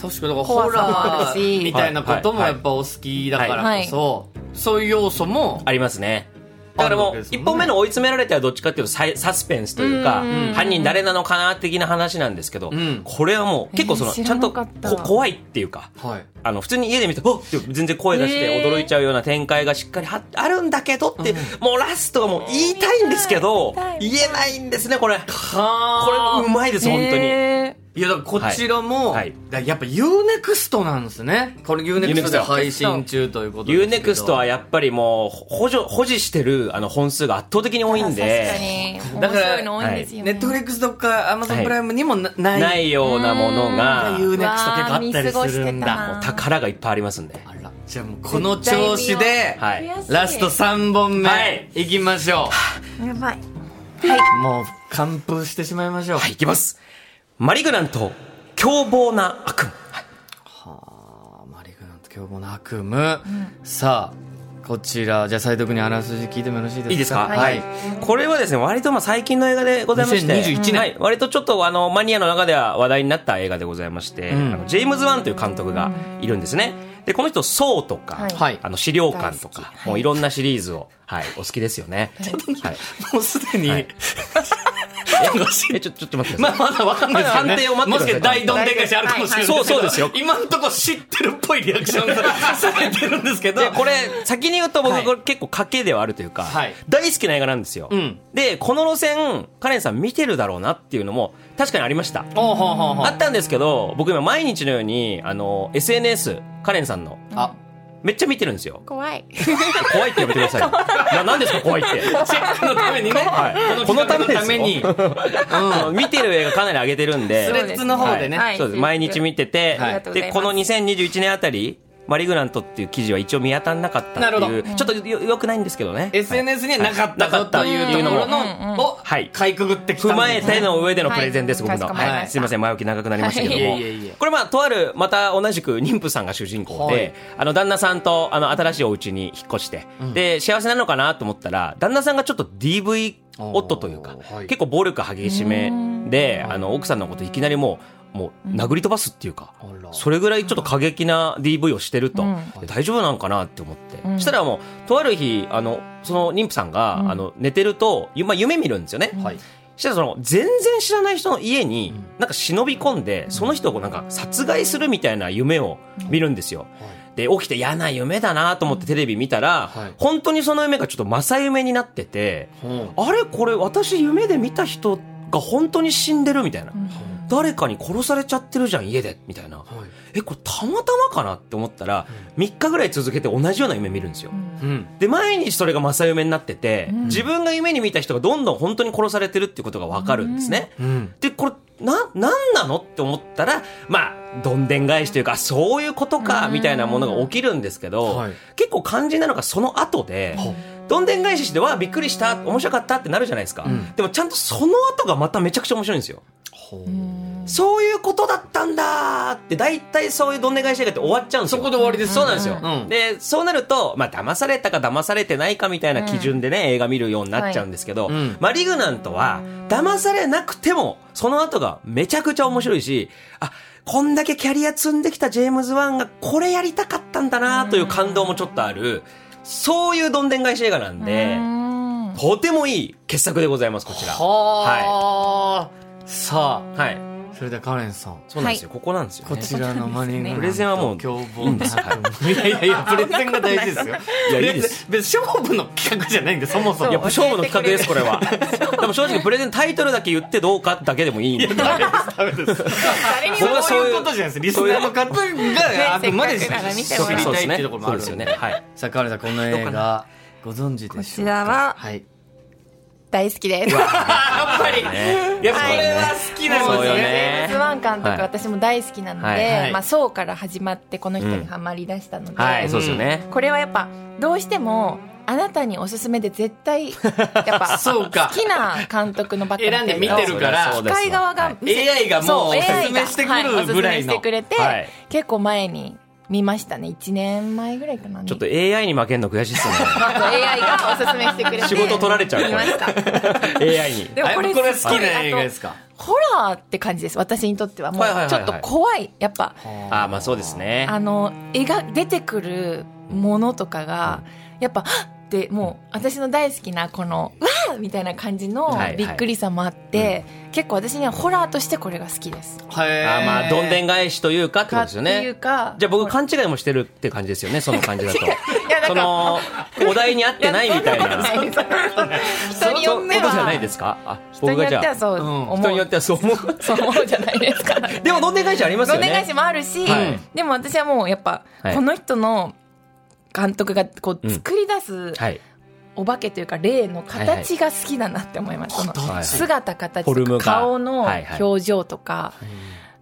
[SPEAKER 3] 確かにだからホ
[SPEAKER 4] 怖さも
[SPEAKER 3] ラ
[SPEAKER 4] あるし
[SPEAKER 3] ーみたいなことも
[SPEAKER 5] はい
[SPEAKER 3] や
[SPEAKER 5] はい
[SPEAKER 3] っぱお好きだからこそ、そういう要素も
[SPEAKER 5] ありますね。だから
[SPEAKER 3] あ
[SPEAKER 5] も
[SPEAKER 3] るわけ
[SPEAKER 5] う、
[SPEAKER 3] ですもん
[SPEAKER 5] 一
[SPEAKER 3] ね
[SPEAKER 5] 本目の追い詰められてはどっちかっていうとサイサスペンスというか、犯人誰なのかな的な話なんですけど
[SPEAKER 3] ん、
[SPEAKER 5] これはもう結構その、
[SPEAKER 4] えー
[SPEAKER 5] ちゃんと
[SPEAKER 4] 知ら
[SPEAKER 5] こ
[SPEAKER 4] なかった
[SPEAKER 5] 怖いっていうか、
[SPEAKER 3] はい
[SPEAKER 5] あの、普通に家で見て、おっって全然声出して
[SPEAKER 4] えー
[SPEAKER 5] 驚いちゃうような展開がしっかりはあるんだけどって、もうラストはもう言いたいんですけど
[SPEAKER 4] 見たい、見
[SPEAKER 5] 言えないんですね、これ。
[SPEAKER 3] は
[SPEAKER 5] これうまいです、本当に。
[SPEAKER 4] へ
[SPEAKER 3] いやだからこちらも、
[SPEAKER 5] はいはい
[SPEAKER 3] だからやっぱ UNEXT なんですねこれ UNEXT で
[SPEAKER 5] UNEXT
[SPEAKER 3] 配信中ということですけど
[SPEAKER 5] UNEXT はやっぱりもう、補助、保持してるあの本数が圧倒的に多いん
[SPEAKER 4] ー
[SPEAKER 5] で、
[SPEAKER 4] 確かに
[SPEAKER 3] だ
[SPEAKER 4] 面
[SPEAKER 3] から
[SPEAKER 4] 白いの多いんですよ
[SPEAKER 3] ネ
[SPEAKER 4] ね
[SPEAKER 3] ットフリックスとか Amazon プライムにもな,、い
[SPEAKER 5] な
[SPEAKER 3] ない
[SPEAKER 5] いようなものが、
[SPEAKER 3] UNEXT 結構あったりするん
[SPEAKER 4] うわー見過ごしてた
[SPEAKER 3] だ
[SPEAKER 4] な
[SPEAKER 5] 宝がいっぱいありますんで。
[SPEAKER 3] あらじゃあもうこの調子で、
[SPEAKER 5] は
[SPEAKER 4] 悔
[SPEAKER 5] い。
[SPEAKER 4] しい
[SPEAKER 3] ラスト3本目、
[SPEAKER 5] はい
[SPEAKER 3] い、きましょ
[SPEAKER 4] やばいう
[SPEAKER 3] もう完封してしまいましょう、
[SPEAKER 5] はい、いきます。マリグナント、凶暴な悪夢。はい
[SPEAKER 3] あーマリグナント凶暴な悪夢、さあこちらじゃあ斎藤君にあらすじ聞いてもよろしいですか
[SPEAKER 5] いいですか、
[SPEAKER 3] [LAUGHS] はい、
[SPEAKER 5] これはですね、割とまあ最近の映画でございまして、
[SPEAKER 3] 2021年
[SPEAKER 5] はい、割とちょっとあのマニアの中では話題になった映画でございまして、
[SPEAKER 3] ん
[SPEAKER 5] あのジェームズ・ワンという監督がいるんですね。で、この人、ソウとか、
[SPEAKER 4] はい
[SPEAKER 3] はい
[SPEAKER 5] あの資料館とか、も
[SPEAKER 3] [LAUGHS]
[SPEAKER 5] ういろんなシリーズを、はい、お好きですよね。はい
[SPEAKER 3] もうすでに、
[SPEAKER 5] はい
[SPEAKER 3] 人が知
[SPEAKER 5] え、
[SPEAKER 3] る。
[SPEAKER 5] ちょ、ちょっと待ってくだ
[SPEAKER 3] ま
[SPEAKER 5] さ
[SPEAKER 3] あ、
[SPEAKER 5] い。
[SPEAKER 3] まだわかんないですよ、ね。
[SPEAKER 5] まだ判定を待ってくださ
[SPEAKER 3] もしかしたら大
[SPEAKER 5] い
[SPEAKER 3] どんでん返しあるかもしれないけど。
[SPEAKER 5] はいそうそうですよ
[SPEAKER 3] 今んとこ知ってるっぽいリアクションがされてる [LAUGHS] んですけど。
[SPEAKER 5] でこれ先に言うと
[SPEAKER 3] は
[SPEAKER 5] 僕
[SPEAKER 3] い
[SPEAKER 5] これ結構賭けではあるというか、
[SPEAKER 3] はい
[SPEAKER 5] 大好きな映画なんですよ、
[SPEAKER 3] ん
[SPEAKER 5] でこの路線カレンさん見てるだろうなっていうのも確かにありました
[SPEAKER 3] おうほうほうほう
[SPEAKER 5] あったんですけど僕今毎日のようにあの SNS カレンさんの
[SPEAKER 3] あ
[SPEAKER 5] めっちゃ見てるんですよ
[SPEAKER 4] 怖い。
[SPEAKER 5] 怖いってやめてください
[SPEAKER 4] [LAUGHS]
[SPEAKER 5] ななんですか怖いって
[SPEAKER 3] チェックのためにね。
[SPEAKER 5] はい
[SPEAKER 3] この企画のために。
[SPEAKER 5] うん見てる映画かなり上げてるんで
[SPEAKER 3] スレッズの方でね。
[SPEAKER 4] はい
[SPEAKER 5] そうです毎日見てて、
[SPEAKER 4] はいありがとうござい
[SPEAKER 5] で
[SPEAKER 4] ます
[SPEAKER 5] この2021年あたりマリグラントっていう記事は一応見当たんなかった
[SPEAKER 3] なる
[SPEAKER 5] って
[SPEAKER 3] ほど
[SPEAKER 5] いうちょっとよよくないんですけどね、
[SPEAKER 3] SNS にはなかった
[SPEAKER 5] はい
[SPEAKER 3] ぞというところ
[SPEAKER 4] なかったっていうの
[SPEAKER 3] の、を、
[SPEAKER 5] はい
[SPEAKER 3] かいくぐってきた
[SPEAKER 5] 踏
[SPEAKER 3] んです
[SPEAKER 5] ま
[SPEAKER 3] ね。
[SPEAKER 5] えての上でのプレゼンです、
[SPEAKER 4] はい
[SPEAKER 5] 僕
[SPEAKER 4] か
[SPEAKER 5] の、
[SPEAKER 4] しこまりました
[SPEAKER 5] はいすいません前置き長くなりましたけども、
[SPEAKER 3] はいいえいえいえ
[SPEAKER 5] これまあとあるまた同じく妊婦さんが主人公で、
[SPEAKER 3] はい
[SPEAKER 5] あの旦那さんとあの新しいお家に引っ越して、で幸せなのかなと思ったら旦那さんがちょっと DV 夫というか、
[SPEAKER 3] おーはい
[SPEAKER 5] 結構暴力激しめであの奥さんのこといきなりもうもう殴り飛ばすっていうか、
[SPEAKER 3] あら
[SPEAKER 5] それぐらいちょっと過激な DV をしてると、
[SPEAKER 4] うん
[SPEAKER 5] で大丈夫なんかなって思って、
[SPEAKER 4] うん
[SPEAKER 5] したらもうとある日あのその妊婦さんが、
[SPEAKER 4] うん
[SPEAKER 5] あの寝てると、ゆまあ、夢見るんですよね、
[SPEAKER 3] はい。
[SPEAKER 5] したらその全然知らない人の家になんか忍び込んでその人をなんか殺害するみたいな夢を見るんですよ。で起きて嫌な夢だなと思ってテレビ見たら
[SPEAKER 3] はい
[SPEAKER 5] 本当にその夢がちょっと正夢になってて
[SPEAKER 3] ほ
[SPEAKER 5] あれこれ私夢で見た人が本当に死んでるみたいな
[SPEAKER 4] うん
[SPEAKER 5] 誰かに殺されちゃってるじゃん家でみたいな
[SPEAKER 3] うはい。
[SPEAKER 5] えこれたまたまかなって思ったら3日ぐらい続けて同じような夢見るんですよ。
[SPEAKER 3] うん。
[SPEAKER 5] で毎日それが正夢になってて、
[SPEAKER 4] うん
[SPEAKER 5] 自分が夢に見た人がどんどん本当に殺されてるってことが分かるんですね。
[SPEAKER 3] うん。
[SPEAKER 5] でこれな何なのって思ったらまあどんでん返しというかあそういうことか
[SPEAKER 4] うん
[SPEAKER 5] みたいなものが起きるんですけど、
[SPEAKER 3] はい
[SPEAKER 5] 結構肝心なのがその後で、
[SPEAKER 3] は
[SPEAKER 5] どんでん返ししてわあびっくりした面白かったってなるじゃないですか、
[SPEAKER 3] うん
[SPEAKER 5] でもちゃんとその後がまためちゃくちゃ面白いんですよ。
[SPEAKER 3] ほ
[SPEAKER 5] そういうことだったんだーって大体そういうどんでん返し映画って終わっちゃうんですよ。
[SPEAKER 3] そこで終わりです
[SPEAKER 5] そうなんですよ。
[SPEAKER 3] うん
[SPEAKER 5] でそうなるとまあ騙されたか騙されてないかみたいな基準でね、映画見るようになっちゃうんですけど、
[SPEAKER 3] はいうん
[SPEAKER 5] マリグナントは騙されなくてもその後がめちゃくちゃ面白いしあこんだけキャリア積んできたジェームズ・ワンがこれやりたかったんだなという感動もちょっとある、そういうどんでん返し映画なんで、
[SPEAKER 4] うん
[SPEAKER 5] とてもいい傑作でございますこちら。
[SPEAKER 3] はあ。さ
[SPEAKER 5] はい。
[SPEAKER 3] あ、それではカレンさん。
[SPEAKER 5] そうなんですよ、ここなんですよね、
[SPEAKER 3] こちらのマネー
[SPEAKER 5] プレゼンはもう
[SPEAKER 3] 凶暴ないやいやいや、プレゼンが大事ですよ。
[SPEAKER 5] いやいいです
[SPEAKER 3] 別に。別に勝負の企画じゃないんで、そもそ
[SPEAKER 5] いや
[SPEAKER 3] も。
[SPEAKER 5] 勝負の企画ですこれは [LAUGHS] でも正直プレゼンタイトルだけ言ってどうかだけでも [LAUGHS] いいんで
[SPEAKER 3] ダメです。
[SPEAKER 4] 誰にも
[SPEAKER 5] 僕は
[SPEAKER 3] そういう
[SPEAKER 5] そういう
[SPEAKER 3] ことじゃないです。リスナーの方があくまで知
[SPEAKER 4] せっかくなら見て
[SPEAKER 5] そう
[SPEAKER 4] も
[SPEAKER 3] り
[SPEAKER 4] ら
[SPEAKER 5] そうで
[SPEAKER 3] たいっ
[SPEAKER 5] す
[SPEAKER 3] ていう
[SPEAKER 5] ね
[SPEAKER 3] ところも
[SPEAKER 5] そ
[SPEAKER 3] あ
[SPEAKER 5] う
[SPEAKER 3] るん
[SPEAKER 5] で
[SPEAKER 3] です
[SPEAKER 5] よねはい
[SPEAKER 3] さあ、カレンさん、この映画、ご存知でしょうか
[SPEAKER 4] こちらは
[SPEAKER 3] はい。
[SPEAKER 4] 大好きです。
[SPEAKER 3] やっぱり、やっぱこれは好きな
[SPEAKER 5] そ
[SPEAKER 3] ので
[SPEAKER 5] う
[SPEAKER 3] す
[SPEAKER 5] よ
[SPEAKER 3] ね。
[SPEAKER 4] ジェームズ・
[SPEAKER 5] ね
[SPEAKER 4] ワン監督、
[SPEAKER 5] はい
[SPEAKER 4] 私も大好きなので、
[SPEAKER 5] はい
[SPEAKER 3] はい
[SPEAKER 4] まあ、そうから始まってこの人にはまりだしたので、
[SPEAKER 5] はいそうですよね
[SPEAKER 4] これはやっぱどうしてもあなたにおすすめで絶対やっ
[SPEAKER 3] [LAUGHS]
[SPEAKER 4] ぱ
[SPEAKER 3] そうか
[SPEAKER 4] 好きな監督のばっかり
[SPEAKER 3] 選んで見てるから
[SPEAKER 5] そう
[SPEAKER 4] 機械側が、
[SPEAKER 5] はい
[SPEAKER 4] 見せ
[SPEAKER 3] AI がもう
[SPEAKER 4] そ
[SPEAKER 3] おすすめしてくる
[SPEAKER 4] AI がは
[SPEAKER 3] ぐらいの
[SPEAKER 4] いおすすめしてくれて、
[SPEAKER 5] はい
[SPEAKER 4] 結構前に見ましたね1年前ぐらいかな
[SPEAKER 5] ちょっと AI に負けんの悔しいっす [LAUGHS] ね
[SPEAKER 4] AI がおすすめしてくれて
[SPEAKER 5] 仕事取られちゃう
[SPEAKER 4] 見ましたで
[SPEAKER 5] AI に
[SPEAKER 4] も
[SPEAKER 3] あ
[SPEAKER 4] これ
[SPEAKER 3] これ好き
[SPEAKER 4] すごい
[SPEAKER 3] な映画
[SPEAKER 4] あ
[SPEAKER 3] で
[SPEAKER 4] と
[SPEAKER 3] すか。
[SPEAKER 4] ホラーって感じです私にとってはもう
[SPEAKER 5] はいはいはい
[SPEAKER 4] ちょ
[SPEAKER 5] はい
[SPEAKER 4] っと怖いやっぱ
[SPEAKER 5] ああまあそうですね
[SPEAKER 4] あの絵が出てくるものとかが、やっぱはっってもう私の大好きなこのわーみたいな感じの
[SPEAKER 5] はいはい
[SPEAKER 4] びっくりさもあって、結構私にはホラーとしてこれが好きです。
[SPEAKER 3] あ
[SPEAKER 5] あーまあどんで
[SPEAKER 3] ん。
[SPEAKER 5] ん返しというかってことですよ
[SPEAKER 4] かっていう
[SPEAKER 5] ね
[SPEAKER 4] か
[SPEAKER 5] じゃあ僕勘違いもしてるって感じですよねその感じ [LAUGHS] だと
[SPEAKER 4] やなんか
[SPEAKER 5] そのお題に合ってないみたいな
[SPEAKER 4] やそんことないです人によって
[SPEAKER 5] そういうことじゃない
[SPEAKER 4] は
[SPEAKER 5] ですかあ
[SPEAKER 4] 人
[SPEAKER 5] 僕
[SPEAKER 4] によ
[SPEAKER 5] が
[SPEAKER 4] って
[SPEAKER 5] じゃ
[SPEAKER 4] は
[SPEAKER 5] あ
[SPEAKER 4] そう思う、
[SPEAKER 5] 人によってはそう思う [LAUGHS]
[SPEAKER 4] そう思うじゃないですか。
[SPEAKER 5] でもどんでん返しありますよ
[SPEAKER 4] どん
[SPEAKER 5] ね
[SPEAKER 4] でん返しもあるし、
[SPEAKER 5] はい
[SPEAKER 4] でも私はもうやっぱ、
[SPEAKER 5] はい
[SPEAKER 4] この人の監督がこう作り出す
[SPEAKER 5] はい
[SPEAKER 4] お化けというか霊の形が好きだなって思います。その
[SPEAKER 5] はい
[SPEAKER 4] 姿形
[SPEAKER 5] フォ
[SPEAKER 4] と
[SPEAKER 5] ルム
[SPEAKER 4] か
[SPEAKER 5] が
[SPEAKER 4] 顔の
[SPEAKER 5] はいはい
[SPEAKER 4] 表情とか、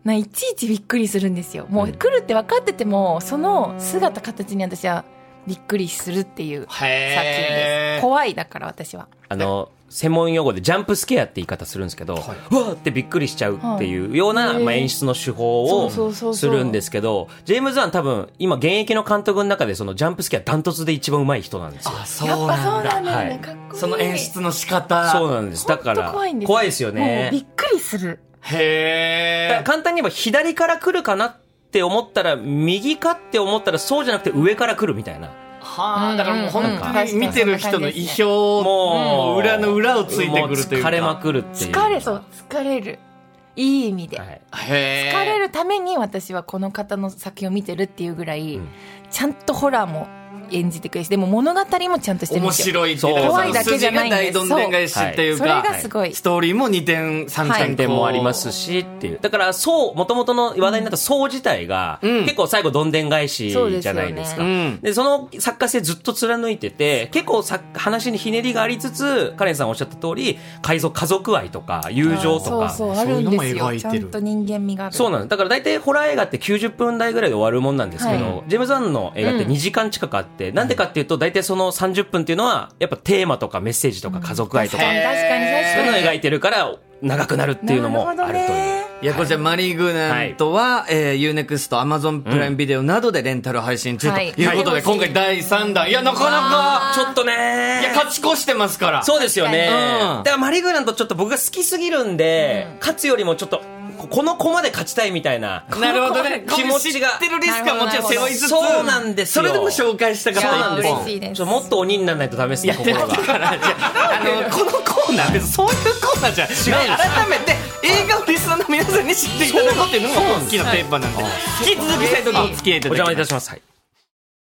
[SPEAKER 4] ないちいちびっくりするんですよもう来るって分かっててもその姿形に私はびっくりするっていう作品
[SPEAKER 3] へ
[SPEAKER 4] で
[SPEAKER 3] ー
[SPEAKER 4] す怖いだから私は
[SPEAKER 5] あの、専門用語でジャンプスケアって言い方するんですけど、うわーってびっくりしちゃうっていうような、
[SPEAKER 4] はい
[SPEAKER 5] まあ、演出の手法
[SPEAKER 4] そうそうそ
[SPEAKER 5] を
[SPEAKER 4] う
[SPEAKER 5] す
[SPEAKER 4] そう
[SPEAKER 5] るんですけど、ジェームズ・ワン多分、今現役の監督の中でそのジャンプスケアダントツで一番上手い人なんですよ。
[SPEAKER 3] あ、そ
[SPEAKER 4] やっ
[SPEAKER 3] う
[SPEAKER 4] ぱ
[SPEAKER 3] な
[SPEAKER 4] そ
[SPEAKER 3] ん
[SPEAKER 4] うな
[SPEAKER 3] だ
[SPEAKER 4] ん。だよ
[SPEAKER 5] はい
[SPEAKER 4] ねかっこいい
[SPEAKER 3] その演出の仕方。
[SPEAKER 5] そうなんです。だから、
[SPEAKER 4] ほんと怖いんですよ
[SPEAKER 5] よ
[SPEAKER 4] もうび
[SPEAKER 5] ね
[SPEAKER 4] っ。くりする
[SPEAKER 5] だから
[SPEAKER 3] へえ。
[SPEAKER 5] 簡単に言えば左から来るかなって思ったら、右かって思ったらそうじゃなくて上から来るみたいな。
[SPEAKER 3] はあ、だからもう本
[SPEAKER 4] うんうん
[SPEAKER 3] 当に見てる人の意表も
[SPEAKER 5] も
[SPEAKER 3] う
[SPEAKER 5] う
[SPEAKER 3] 裏の裏をついてくるという
[SPEAKER 5] も
[SPEAKER 3] か。
[SPEAKER 5] 疲れまくるっていう
[SPEAKER 4] 疲れそう疲れるいい意味で、
[SPEAKER 5] はい
[SPEAKER 3] へえ。
[SPEAKER 4] 疲れるために私はこの方の作品を見てるっていうぐらい、
[SPEAKER 5] うん
[SPEAKER 4] ちゃんとホラーも演じてくれるしでも物語もちゃんとしてるん
[SPEAKER 3] 面
[SPEAKER 4] ですよ
[SPEAKER 3] 白いっていう
[SPEAKER 5] そう
[SPEAKER 4] 怖いだけじゃないんです
[SPEAKER 3] 筋が大どんでん返しっていうか、
[SPEAKER 4] それがすごい
[SPEAKER 3] ストーリーも2点3点
[SPEAKER 4] はい
[SPEAKER 5] 点もありますしっていう。だから、そう、もともとの話題になったそう自体が、
[SPEAKER 3] うん
[SPEAKER 5] 結構最後どんでん返しじゃないで
[SPEAKER 4] そうです
[SPEAKER 5] すか。
[SPEAKER 4] よ
[SPEAKER 3] うん。
[SPEAKER 5] で、その作家性ずっと貫いてて、結構さ話にひねりがありつつ、カレンさんおっしゃった通り、海賊家族愛とか、友情と
[SPEAKER 4] そう
[SPEAKER 5] か。
[SPEAKER 4] そう
[SPEAKER 6] そ
[SPEAKER 4] あ
[SPEAKER 6] う
[SPEAKER 4] るんです
[SPEAKER 6] いうのも
[SPEAKER 4] よ
[SPEAKER 6] 描い
[SPEAKER 4] ち
[SPEAKER 6] て
[SPEAKER 4] ゃ
[SPEAKER 6] る
[SPEAKER 4] んと人間味がある
[SPEAKER 5] そうなんです。だから大体ホラー映画って90分台ぐらいで終わるもんなんですけど、
[SPEAKER 4] は
[SPEAKER 5] ジェームズ・ワンの映画って2時間近くあって、なんでかっていうと大体その30分っていうのは、やっぱテーマとかメッセージとか家族愛と
[SPEAKER 4] 確
[SPEAKER 5] か、
[SPEAKER 4] かに確かに
[SPEAKER 5] そういうのを
[SPEAKER 4] 確か
[SPEAKER 5] 描いてるから、長くなるっていうのもあるという。
[SPEAKER 4] なるほどね
[SPEAKER 3] いや、こちら、マリー・グーナントは、えー、UNEXT、Amazon プライムビデオなどでレンタル配信中と
[SPEAKER 4] はいいう
[SPEAKER 3] ことで、
[SPEAKER 4] はい
[SPEAKER 3] 今回第3弾。いや、なかなか、
[SPEAKER 5] ちょっとね
[SPEAKER 3] いや、勝ち越してますから。
[SPEAKER 5] そうですよね。
[SPEAKER 3] うん
[SPEAKER 5] だからマリーグーランとちょっと僕が好きすぎるんで、勝つよりもちょっと、ここの子まで勝ちたいみたいな。
[SPEAKER 3] なるほどね。
[SPEAKER 5] 気持
[SPEAKER 3] 知
[SPEAKER 5] ち
[SPEAKER 3] っ
[SPEAKER 5] が
[SPEAKER 3] てるリスクはもちろん背負いつつ。
[SPEAKER 5] そうなんですよ
[SPEAKER 3] それでも紹介したかっ
[SPEAKER 4] そう
[SPEAKER 3] た
[SPEAKER 4] なん
[SPEAKER 3] 一
[SPEAKER 4] です
[SPEAKER 3] 本
[SPEAKER 4] 嬉。しいです
[SPEAKER 5] ちょっともっと鬼にならないとダメですね、心が。 [LAUGHS]
[SPEAKER 3] あの、このコーナー、別にそういうコーナー [LAUGHS] じゃない。ね改めて、映画をリスナーの皆さんに知っていただこうっていうのが大きなテーマなんで、引き続き、最後お付き合いいた
[SPEAKER 5] お
[SPEAKER 3] だきま
[SPEAKER 5] 邪魔
[SPEAKER 3] す
[SPEAKER 5] いた。します。はい